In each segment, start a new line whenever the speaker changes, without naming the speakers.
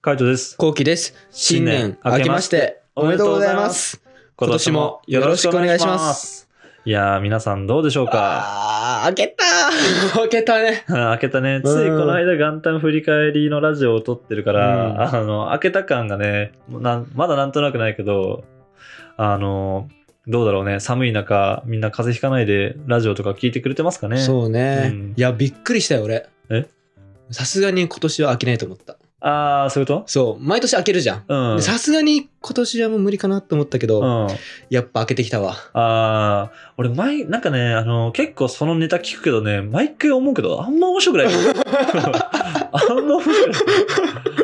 カイトです。
こうきです。新年明けましておめでとうございます。今年もよろしくお願いします。
いやー、皆さんどうでしょうか
あー、開けた ー開けたね。
開けたね。ついこの間元旦振り返りのラジオを撮ってるから、あの、開けた感がね、もうなんまだなんとなくないけど、あの、どうだろうね。寒い中、みんな風邪ひかないでラジオとか聞いてくれてますかね
そうね、
うん
いや、びっくりしたよ、俺。
え
さすがに今年は開けないと思った。
あー、そういうこ
そう、毎年開けるじゃん。
とうん。
でさすがに今年はもう無理かなと思ったけど、
うん。
やっぱ開けてきたわ。
ああ、俺、前、なんかね、あの、結構そのネタ聞くけどね、毎回思うけど、あんま面白くない。 あんま面白くない。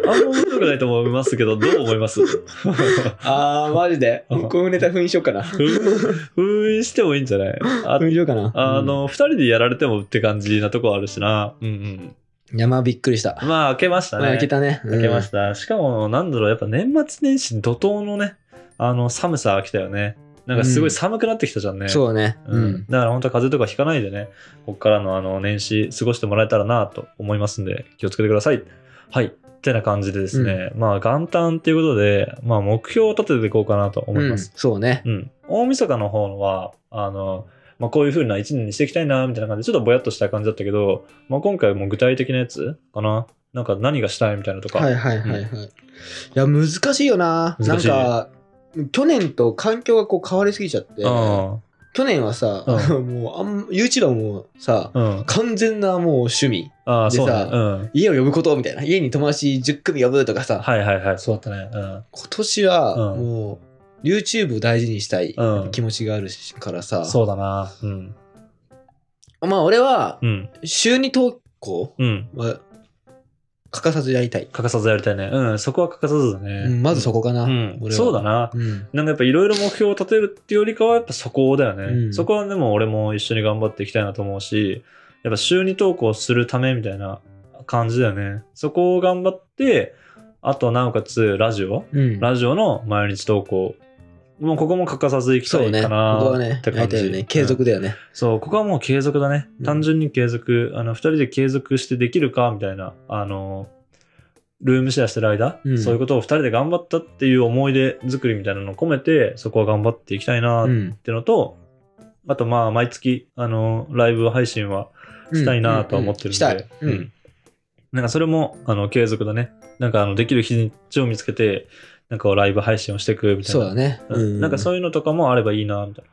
あんま面白くないと思いますけど、どう思います
あー、マジで
うん
このネタ封印しようかな。
封印してもいいんじゃないあ
封印しようかな。
あの、二、人でやられてもって感じなとこあるしな。うん
うん、いや、まあびっくりした。
うん。まあ、開けましたね。
まあ開けたね。。
開けましたた。しかも、なんだろう、やっぱ年末年始怒涛のね、あの、寒さ来たよね。なんかすごい寒くなってきたじゃんね。
そうね。
うんだから本当は風邪とかひかないでね、こっからのあの年始過ごしてもらえたらなと思いますんで、気をつけてください。はい。ってな感じでですね、まあ元旦っていうことで、まあ目標を立てていこうかなと思います。
うんそうね。
うん。大晦日の方は、あの、まあこういう風な一年にしていきたいな、みたいな感じで、ちょっとぼやっとした感じだったけど、まあ今回はもう具体的なやつかな。なんか何がしたいみたいなとか。
はいはいはいはい。いや、難しいよな。な
難
ん
しい
か、去年と環境がこう変わりすぎちゃって、
うん。
去年はさ、
う
もうあん、YouTuber もさ、
うん。
完全なもう趣味。
ああ、そうだ、
で
ね。
さ
うん。
家を呼ぶことみたいな。家に友達10組呼ぶとかさ、
はいはいはい、そうだったね。うん。
今年は
うん
もう、YouTube を大事にしたい
うん
気持ちがあるしからさ、
そうだな。うん。
まあ俺は
うん。
週に投稿
うん。
は欠かさずやりたい。
欠かさずやりたいね。うん、そこは欠かさずだね。
うんまずそこかな。
うん、
俺は
そうだな。
うん。
なんかやっぱいろいろ目標を立てるっていうよりかはやっぱそこだよね。
うん
そこはでも俺も一緒に頑張っていきたいなと思うし、やっぱ週に投稿するためみたいな感じだよね。そこを頑張って、あとなおかつラジオ、
うん。
ラジオの毎日投稿。もうここも欠かさずいきた
そう
い
ね。
か
ここは
なっ、
ね
て
やり
感
た
じ。
いよね。継
うん
続だよね。
そう、ここはもう継続だね
う。ん
単純に継続。あの、二人で継続してできるかみたいな、あの、ルームシェアしてる間、
うん
そういうことを二人で頑張ったっていう思い出作りみたいなのを込めて、そこは頑張っていきたいなっ
うん
てのと、あとまあ、毎月、あの、ライブ配信はしたいなとは思ってるんで。
うんうんうんしたい、うん
うんなんかそれも、あの、継続だね。なんか、あの、できる日にちを見つけて、なんかライブ配信をしていくみたいな。
そうだね、
うんなんかそうういうのとかもあればいいな、みたい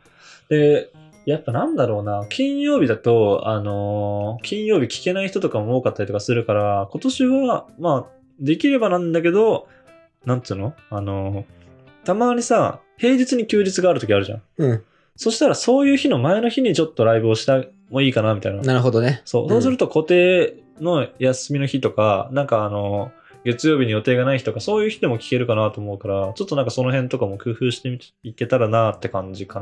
な。で、やっぱなんだろうな、金曜日だと、あのー金曜日聞けない人とかも多かったりとかするから、今年は、まあ、できればなんだけど、なんつうのあのーたまにさ、平日に休日がある時あるじゃん。
うん
そしたらそういう日の前の日にちょっとライブをしたもいいかな、みたいな。
なるほどね
そう。そうすると固定の休みの日とか、なんかあの、月曜日に予定がない日とか、そういう日でも聞けるかなと思うから、ちょっとなんかその辺とかも工夫してみていけたらなって感じか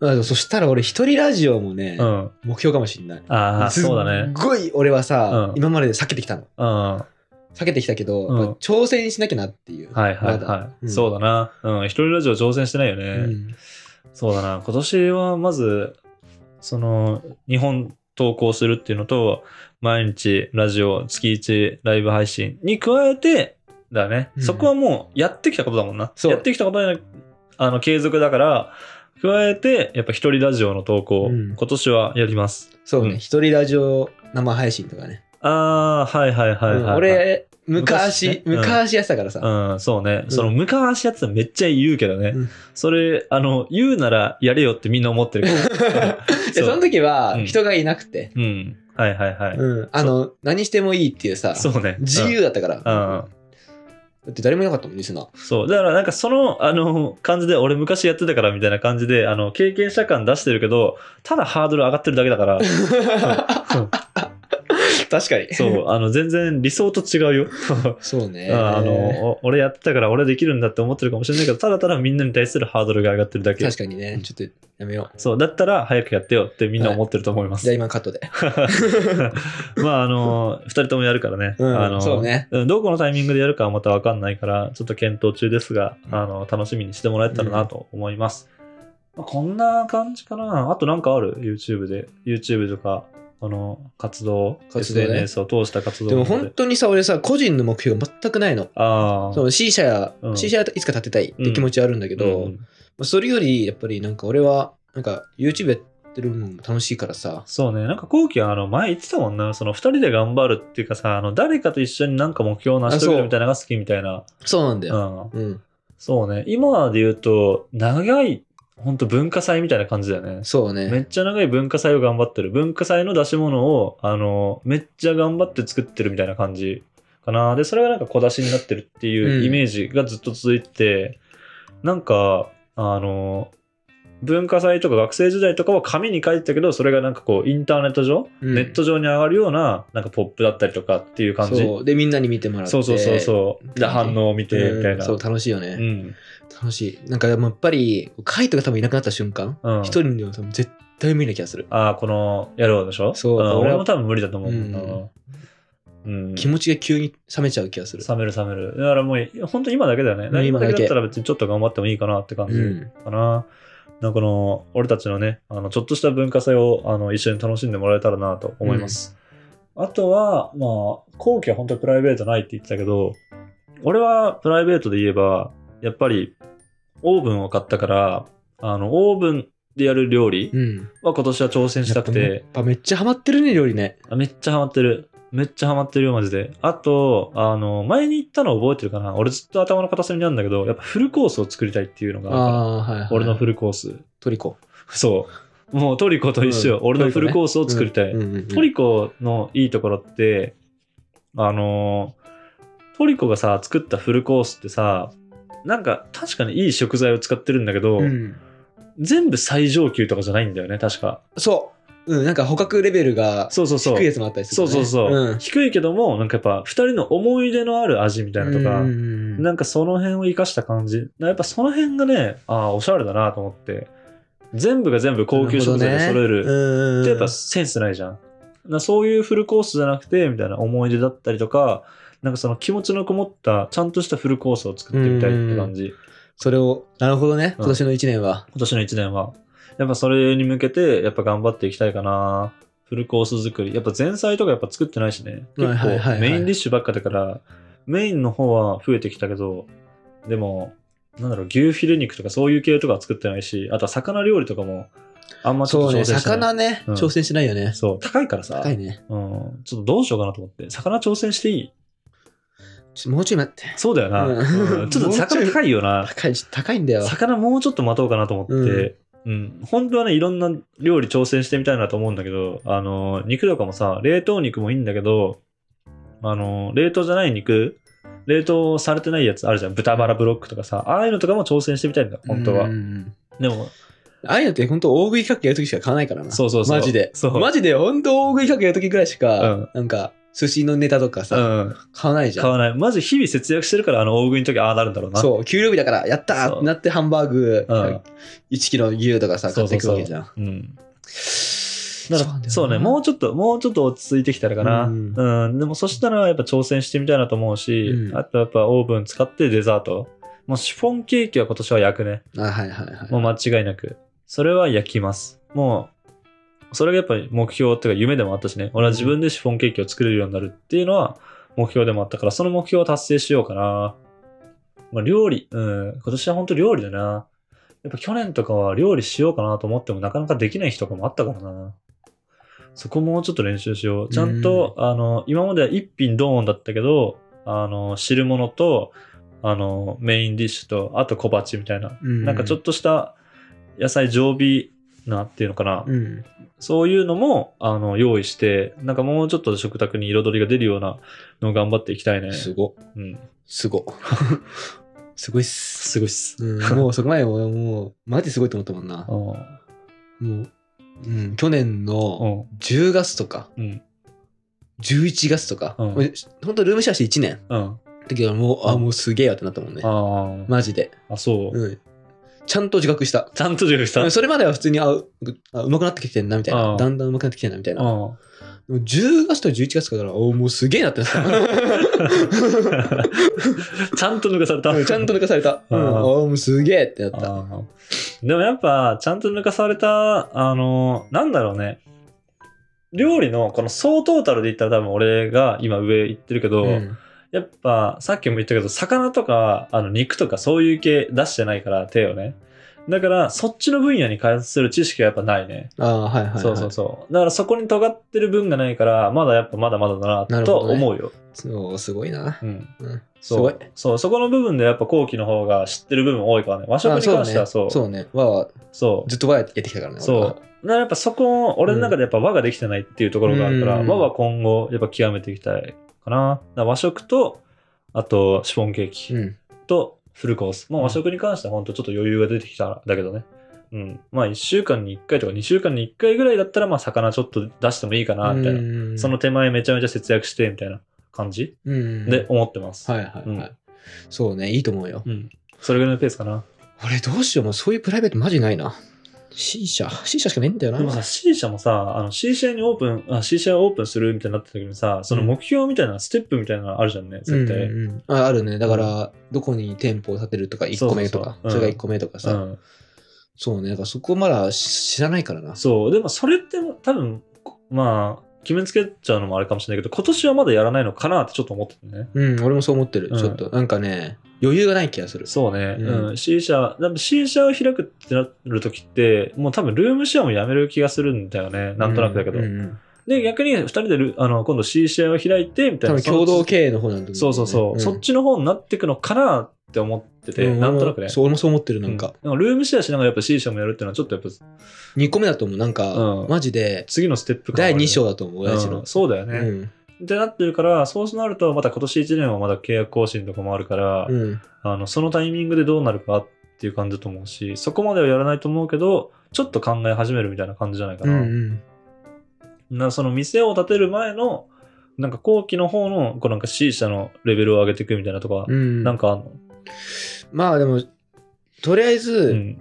な。
あそしたら俺一人ラジオもね、
うん。
目標かもしれない
ああ、
すっ
そうだね。
ごい俺はさ、
うん
今まで避けてきたの
うん。は
避けてきたけど、
うん
やっぱ挑戦しなきゃなっていう
いはい
ま
は
だ
い。そうだな。うん。一人ラジオ挑戦してないよね。
うん
そうだな。今年はまず、その、日本投稿するっていうのと、毎日ラジオ、月1ライブ配信に加えて、だね。
うん
そこはもうやってきたことだもんな。
そう
やってきたことにあの継続だから、加えて、やっぱ一人ラジオの投稿、
うん
今年はやります。
そう
うん
ね一、人ラジオ生配信とかね、
あー、はいはいはいはい、
うん
はい。、
俺
昔
昔
ねう
昔,、
ん
やってたからさ、
うん、そうね。
ん
その昔やってためっちゃ言うけどね。
うん
それ、あの、言うならやれよってみんな思ってる けど
でその時は
うん
人がいなくて、
うん。はいはいはい。
うんあの何してもいいっていうさ
そうね。
自由だったから、
うん
だって誰もいなかったもんリスナー
うん。そう。だからなんかその、あの、感じで、俺昔やってたからみたいな感じで、あの、経験者感出してるけど、ただハードル上がってるだけだから、うん
確かに
そう、あの、全然理想と違う よ。
そうね
あの、お俺やってたから俺できるんだって思ってるかもしれないけど、ただただみんなに対するハードルが上がってるだけ。
確かにねちょっとやめよう
そう、だったら早くやってよってみんな思ってると思います。
じゃあ今カットで
まああの2人ともやるからね、
うん
あの
そうね
んどこのタイミングでやるかはまた分かんないからちょっと検討中ですが、あの楽しみにしてもらえたらなと思います、まあこんな感じかなあとなんかある YouTube で YouTube とかこの活動、
活動ね
SNS を通した活動
でも
なの
本当にさ、俺さ、個人の目標が全くないの。
ああ。
その C 社や、
うん
C 社いつか立てたいって気持ちはあるんだけど、
うん
まあそれより、やっぱりなんか俺は、なんか YouTube やってるのも楽しいからさ、
そうね、なんか後期はあの前言ってたもんな、その2人で頑張るっていうかさ、あの誰かと一緒になんか目標を成し遂げるみたいなのが好きみたいな。
そうなんだ
う
よ。
ん、
うん。
そうね、今で言うと、長い、本当文化祭みたいな感じだよね。
そう
め
ね。
っちゃ長い文化祭を頑張ってる。文化祭の出し物を、あの、めっちゃ頑張って作ってるみたいな感じかな。で、それがなんか小出しになってるっていう
うん
イメージがずっと続いて、なんか、あの、文化祭とか学生時代とかは紙に書いてたけど、それがなんかこう、インターネット上、
うん
ネット上に上がるような、なんかポップだったりとかっていう感じ。
そう。で、みんなに見てもらって。
そうそうそうそう。で、
感じ
反応を見て、みたい
うん
な。
そう、楽しいよね。
うん。
楽しい。なんかでもやっぱり、カイトが多分いなくなった瞬間、
うん
一、人でも多分絶対無理な気がする。
ああ、この野郎でしょ
そうん俺は
俺も多分無理だと思うもんな。
うん
うん
気持ちが急に冷めちゃう気がする。
冷める冷める。だからもう、本当に今だけだよね。
うん
今だけ
今だけ
だったら別にちょっと頑張ってもいいかなって感
う
じ
ん。
かな。なんかこの、俺たちのね、あの、ちょっとした文化祭を、あの、一緒に楽しんでもらえたらなと思います。あとは、まあ、後期は本当にプライベートないって言ってたけど、俺はプライベートで言えば、やっぱり、オーブンを買ったから、あの、オーブンでやる料理
うん。
は今年は挑戦したくて、
やっぱめっちゃハマってるね、料理ね。
あめっちゃハマってる。めっちゃハマってるよ、マジで。あと、あの、前に言ったの覚えてるかな俺ずっと頭の片隅にあるんだけど、やっぱフルコースを作りたいっていうのが、
ああー、はい、はい。
俺のフルコース。
トリコ。
そう。もうトリコと一緒よ。
うん
俺の
ト
フ
リコね
ルコースを作りたい。
うんうんうん
トリコのいいところって、あの、トリコがさ、作ったフルコースってさ、なんか確かにいい食材を使ってるんだけど、
うん
全部最上級とかじゃないんだよね、確か。
そう。うん、なんか捕獲レベルが
そうそうそう。
低いやつもあったりす
そ
る、
う
ね。
そうそう、
ん。
低いけどもなんかやっぱ2人の思い出のある味みたいなのとか、
うんうんうん
なんかその辺を生かした感じやっぱその辺がねああおしゃれだなと思って全部が全部高級食材で揃える
なほどねうんうんうん
ってやっぱセンスないじゃんなそういうフルコースじゃなくてみたいな思い出だったりとかなんかその気持ちのこもったちゃんとしたフルコースを作ってみたいって感じ、
それを、なるほどね、
うん
今年の1年は。
今年の1年は。やっぱそれに向けて、やっぱ頑張っていきたいかな。フルコース作り。やっぱ前菜とかやっぱ作ってないしね。
はい
結
はいはいはい
構メインディッシュばっかだから、メインの方は増えてきたけど、でも、なんだろう、牛フィレ肉とかそういう系とかは作ってないし、あとは魚料理とかも、あんまちょ
そ
っ
う
と
ね、
挑戦してない。
魚ね、
うん
挑戦してないよね。
そう、高いからさ、
高いね。
うん、ちょっとどうしようかなと思って、魚挑戦していい
ちょもうちょい待って。
そうだよな。
うん
うんちょっと魚高いよな。
高い、高いんだよ。
魚もうちょっと待とうかなと思って、
う
うん本当はねいろんな料理挑戦してみたいなと思うんだけどあの肉とかもさ冷凍肉もいいんだけどあの冷凍じゃない肉冷凍されてないやつあるじゃん豚バラブロックとかさああいうのとかも挑戦してみたいんだ本当は、
うんうんうん
でも
ああいうのって本当大食い企画やるときしか買わないからな。
そうそうそう
マジで。
そう
マジで本当大食い企画やるときぐらいしか、
うん
なんか、寿司のネタとか
う
さ、
ん
買わないじゃ
買
ん。
わないマジ日々節約してるからあの大食いの時ああなるんだろうな
そう、給料日だから、やったーってなってハンバーグ、
うん
1キロ牛とかさ、買
そう
って
そう
いく
そう
わけじゃん。
うん
そ
だからそうね、もうちょっと、もうちょっと落ち着いてきたらかな。
う
うんん、でもそしたらやっぱ挑戦してみたいなと思うし、
うん
あとやっぱオーブン使ってデザート。もうシフォンケーキは今年は焼くね。
う。あ、はいはいはい。
もう間違いなく。それは焼きます。もう、それがやっぱり目標っていうか夢でもあったしね。俺は自分でシフォンケーキを作れるようになるっていうのは目標でもあったから、その目標を達成しようかな。まあ料理、うん、今年は本当料理だな。やっぱ去年とかは料理しようかなと思ってもなかなかできない日とかもあったからな。そこもうちょっと練習しよう。ちゃんと、あの、今までは一品ドーンだったけど、あの、汁物と、あの、メインディッシュと、あと小鉢みたいな。
うん
なんかちょっとした野菜常備なっていうのかな、
うん。
そういうのもあの用意して、なんかもうちょっと食卓に彩りが出るようなのを頑張っていきたいね。
すご。
うん、
すご。 すごいっす。
すごいっす。
うん、もうそこまで俺もう、マジですごいと思ったもん な。
うん
もう、うん、去年
う
の
ん
10月とか、
うん
11月とか、
うん
もう本当ルームシェアして1年。
うん
だけどもう、
うん
あ、もうすげえやってなったもんね。
あー
マジで。
あ、そう。
うん。ちゃんと自覚した。
ちゃんと準備した。
それまでは普通に、あ、うあうまくなってきてんな、みたい
あ
な。
あ
だんだんうまくなってきてんな、みたいな。で
うん
も10月と11月から、おもうすげえなってな っ た。
ちゃんと抜かされた。
うんちゃんと抜かされた。うん。
ああ
おもうすげえってなった。
あーでもやっぱ、ちゃんと抜かされた、あの、なんだろうね。料理のこの総トータルで言ったら多分俺が今上行ってるけど、
うん
やっぱさっきも言ったけど魚とかあの肉とかそういう系出してないから手をねだからそっちの分野に関する知識がやっぱないね、
ああ、はいはい、はい。
そうそうそうだからそこに尖ってる分がないからまだやっぱまだまだだ
な
な
る
と
ほどね
思うよ、
そう。すごいな。
うん、
うん、す
そ。
ごいう
そうそこの部分でやっぱ後期の方が知ってる部分多いからね和食に関しては
あ
そう
そうね。そうね。わあ
そう
ずっとわやってきたからね。
そう。だからやっぱそこを、俺の中でやっぱ和ができてないっていうところがあるから、
うん
和は今後、やっぱ極めていきたいかな。だから和食と、あと、シフォンケー
俺
キ
は。うん。
と、フルコース。まあ和食に関しては本当ちょっと余裕が出てきたんだけどね。うん。まあ1週間に1回とか2週間に1回ぐらいだったら、まあ魚ちょっと出してもいいかな、みたいな。
な
その、手前めちゃめちゃ節約して、みたいな感じ
うん。
で、思ってます。
はいはいはい。
うん
そうね、いいと思うよ。
うん。それぐらいのペースかな。
俺どうしよう、もうそういうプライベートマジないな。C 社 ?C 社しかねえんだよな。
でもさ、C 社もさ、あの C 社にオープン、あ C 社オープンするみたいになってた時にさ、その目標みたいな、ステップみたいなのあるじゃんね、
うん
絶対。
うんうんああるね。だから、どこに店舗を建てるとか、1個目とか、
そうそうそううん
それが1個目とか
う
さ。
ん。
そうね。だからそこまだ知知らないからな。
そう、でもそれって多分、こまあ、決めつけちゃうのもあれかもしれないけど、今年はまだやらないのかなってちょっと思っててね。
うん、俺もそう思ってる。
うん
ちょっと、なんかね、余裕がない気がする。
そうね、
う
うんん、C 社、でも C 社を開くってなる時って、もう多分ルームシェアもやめる気がするんだよね、なんとなくだけど。
うんうんうん
で、逆に2人でルあの今度 C 社を開いて、みたい
多
な。
分共同経営の方なんだけどね
そうそうそう、
ん
そっちの方になっていくのかなって思ってて、
うん
なんとなくね。
そう、俺もそう思ってる。なん
う
か、
んルームシェアしながらやっぱ C 社もやるっていうのはちょっとやっぱ
2個目だと思う。なんか
う、ん
マジで、
次のステップ感があ
第
るね
2章だと思う、親父
う
の
ん。そうだよ
う
ね、
ん。
ってなってるからそうなるとまた今年1年はまだ契約更新とかもあるから、
うん。
あのそのタイミングでどうなるかっていう感じだと思うしそこまではやらないと思うけどちょっと考え始めるみたいな感じじゃないか
うん
な、
うん。
なその店を建てる前のなんか後期の方のこうなんか C 社のレベルを上げていくみたいなとか、
うん。
なんかあんの、
まあでも、とりあえず、
うん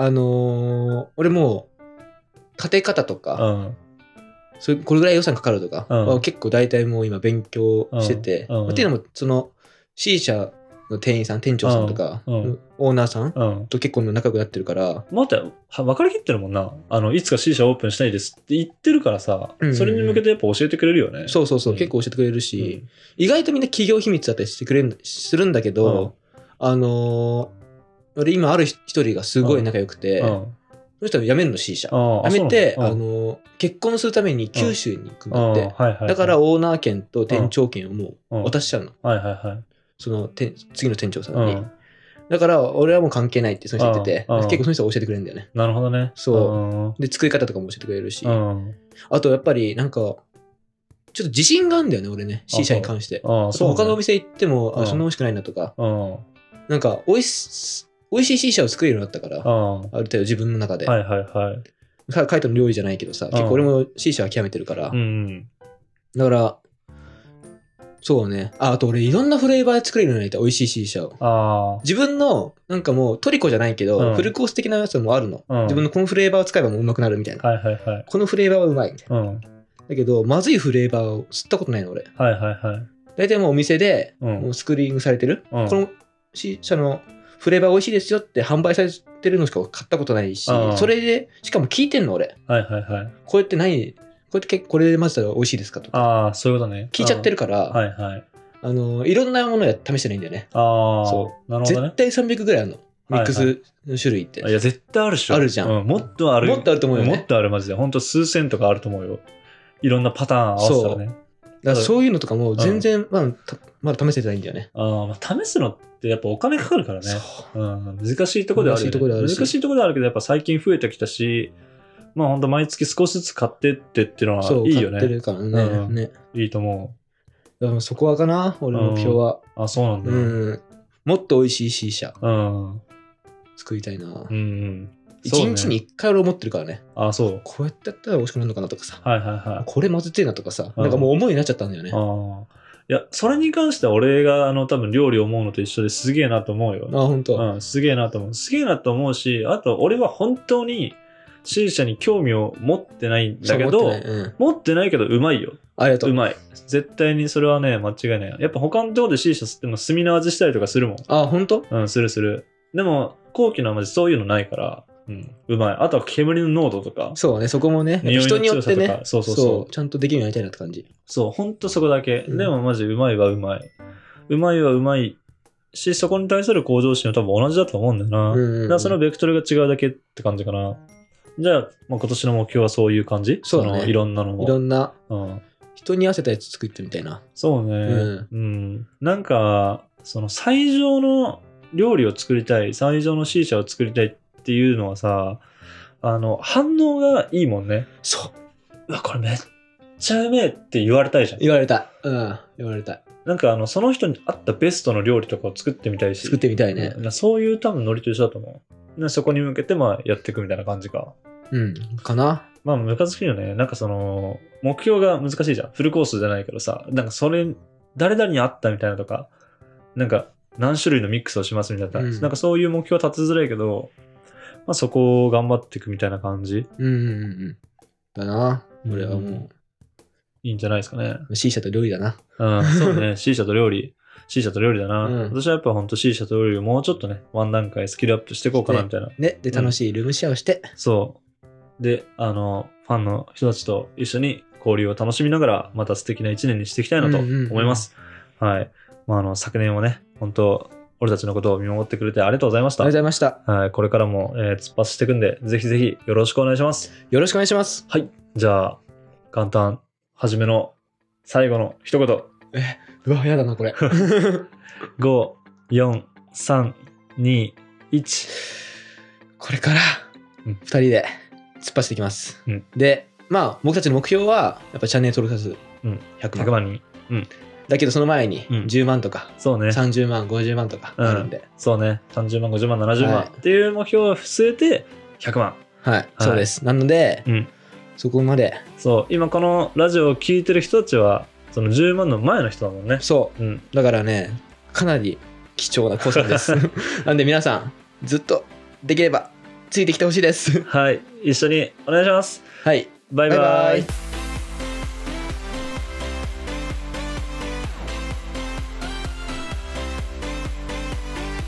あのー俺もう、建て方と
う
か、
ん
そういうこれぐらい予算かかるとか、
うん
まあ結構大体もう今勉強してて、
うんうん
まあっていうのも、その、C 社の店員さん、店長さんとか、
うんうん
オーナーさん
うん
と結構仲良くなってるから、
待って、は分かりきってるもんな。あの、いつか C 社オープンしたいですって言ってるからさ
うんうんう、ん
それに向けてやっぱ教えてくれるよね。
そうそうそう、
うん
結構教えてくれる
うん。
し、意外とみんな企業秘密だったりしてくれるんするんだけど、あのー俺今ある一人がすごい仲良くて、
うん
そしたら辞めるの C 社。
ああ
辞めて、
そう
あ
なんだ
のー結婚するために九州に行くんだ
うん
って。
ああはいはいはい
だから、オーナー権と店長権をも
うん
う渡しちゃうの。
はいはいはい。
その店次の店長さ
うん
に
ん。。
だから俺はもう関係ないってその人言ってて、
うんうん
結構その人は教えてくれるんだよね。
なるほどね。
そうで、作り方とかも教えてくれるし、
ん。うん。
あとやっぱりなんか、ちょっと自信があるんだよね、俺ね、
あ
C 社に関して。
ああ、そうね。
他のお店行っても、
う
あ、
ん
そんな美味しくないなとか、
うん。
なんか美味し、美味しい C 社を作れるようになったから、あ
あ
る程度自分の中で。
あ。はいはいはい。
か書いての料理じゃないけどさ、結構俺も C 社は極めてるから、
うん。
だから、そうね。あ、あと俺いろんなフレーバーで作れるようになりたい、美味しい C 社を。
あ
自分のなんかもうトリコじゃないけど、
うん
フルコース的なやつもあるの、
うん
自分のこのフレーバーを使えばもううまくなるみたいな、
あ。はいはいはい。
このフレーバーはうまいみたい
うん。
なだけどまずいフレーバーを吸ったことないの俺
はいはいはい。
大体もうお店で
う
も
ん
う。スクリーニングされてる、
うん
この C 社のフレーバー美味しいですよって販売されてるのしか買ったことないし、
うん
それでしかも聞いてんの俺
はいはいはい。
こうやって何こうやってけこれで混ぜたら美味しいですかとか
ああ、そういうことね。
聞いちゃって
る。
るから、
はいはい。
あのいろんなものや試してないんだよね
ああ。
そ
なるほどね
絶。対300ぐらいあるのミックスの種類って、
いや、絶対あるでしょ。
あるじゃん
うもっとある。
もっとあると思うよ
も
ね
っとある、マジで。ほんと数千とかあると思うよ。いろんなパターン合わせたらね。
だからそういうのとかも全然、まだたまだ試せてないんだよね。
あーまあ、試すのってやっぱお金かかるからね。
そう
うん、難しいとこではあるよね、
難しいとこではあるし
難しいとこではあるけど、やっぱ最近増えてきたし、まあ本当毎月少しずつ買ってってっていうのは
そう
いいよ
買って
ね。
るからね。
うん
ね
いいと思
でもそこはかな、俺の目標は。
う。あ、そうなんだ。
う
うん。
ん。もっと美味しい C 社
うん。
作りたいな
う。ん。
一、
そうね
日に一回俺思ってるからね。
あ、そう。
こうやってやったら美味しくなるのかなとかさ。
はいはいはい。
これまずってえなとかさ。
うん
なんかもう思いになっちゃったんだよね。あ
ああ。いや、それに関しては俺が、あの、多分料理を思うのと一緒ですげえなと思うよ。
ほんと。
うん、すげえなと思う。すげえなと思うし、あと俺は本当に C 社に興味を持ってないんだけ
そう
ど、
思ってねうん。
持ってないけどうまいよ。
ありがと
う
う。
まい。絶対にそれはね、間違いない。やっぱ他のところで C 社吸っても炭の味したりとかするもん。
あ、ほんと
うん、するする。でも、後期の味そういうのないから、うん。うまい。あとは煙の濃度とか、
そうね、そこもね、
匂いの
人によって
強さと
ね
か、そうそうそう
ちゃんとできるようになりたいなって感じ。
そう、ほんとそこだけ。
うん
でもマジうまいはうまい。うまいはうまいし、そこに対する向上心は多分同じだと思うんだよな。
うんうんうん
だからそのベクトルが違うだけって感じかな。じゃあ、まあ、今年の目標はそういう感じ
そうだね
のいろんなの
いろ
も。
んな
うん、
人に合わせたやつ作ってみたいな。
そうね、
う
うん。なんか、その最上の料理を作りたい、最上の C 社を作りたいっていうのはさ、あの、反応がいいもんね。
そう
うわ、これめっちゃうめえって言われたいじゃん。
言われた。うん、言われた。
なんかあの、その人に合ったベストの料理とかを作ってみたいし。
作ってみたいね
う。んなそういう多分ノリと一緒だと思う。なそこに向けてまあやっていくみたいな感じか。
うん、かな。
まあムカつくよね。なんかその、目標が難しいじゃん。フルコースじゃないけどさ、なんかそれ、誰々に合ったみたいなとか、なんか何種類のミックスをしますみたいな、
うん
なんかそういう目標は立てづらいけど、まあそこを頑張っていくみたいな感じ、
うん、うん、うん。だな。俺はも
いいんじゃないですかね。
う、C 社と料理だな。
うん、そうね。C 社と料理。C 社と料理だな。
うん
私はやっぱほんと C 社と料理をもうちょっとね、ワン段階スキルアップしていこうかなみたいな。
ね、で、
うん
楽しいルームシェアをして、
そう。で、あの、ファンの人たちと一緒に交流を楽しみながら、また素敵な一年にしていきたいなと
うんうんうん
思います。はい。まあ、あの、昨年はね、本当俺たちのことを見守ってくれてありがとうございまし
あ
た
りがとうご。ざいました。
はい、これからも、えー突っ走っていくんで、ぜひぜひよろしくお願いします。
よろしくお願いします。
はい。じゃあ、元旦、初めの最後の一言。
うわ、やだな、これ。
5、4、3、2、1。
これから、
うん
2人で突っ走っていきます、
うん
でまあ僕たちの目標はやっぱチャンネル登録者数
うん
100万,、
100万人。
だけどその前に
うん
10万とか、
そうね。
30万50万とかあるんで、
そうね。30万、50万、70万、
はい
っていう目標を据えて、100万。
はい、そうですなので、
うん
そこまで
そう今このラジオを聞いてる人たちはその10万の前の人だもんね
そ
うん
うだからねかなり貴重なコースです なんで皆さんずっとできればついてきてほしいです
はい一緒にお願いします
はい
バイバイ
バイバイ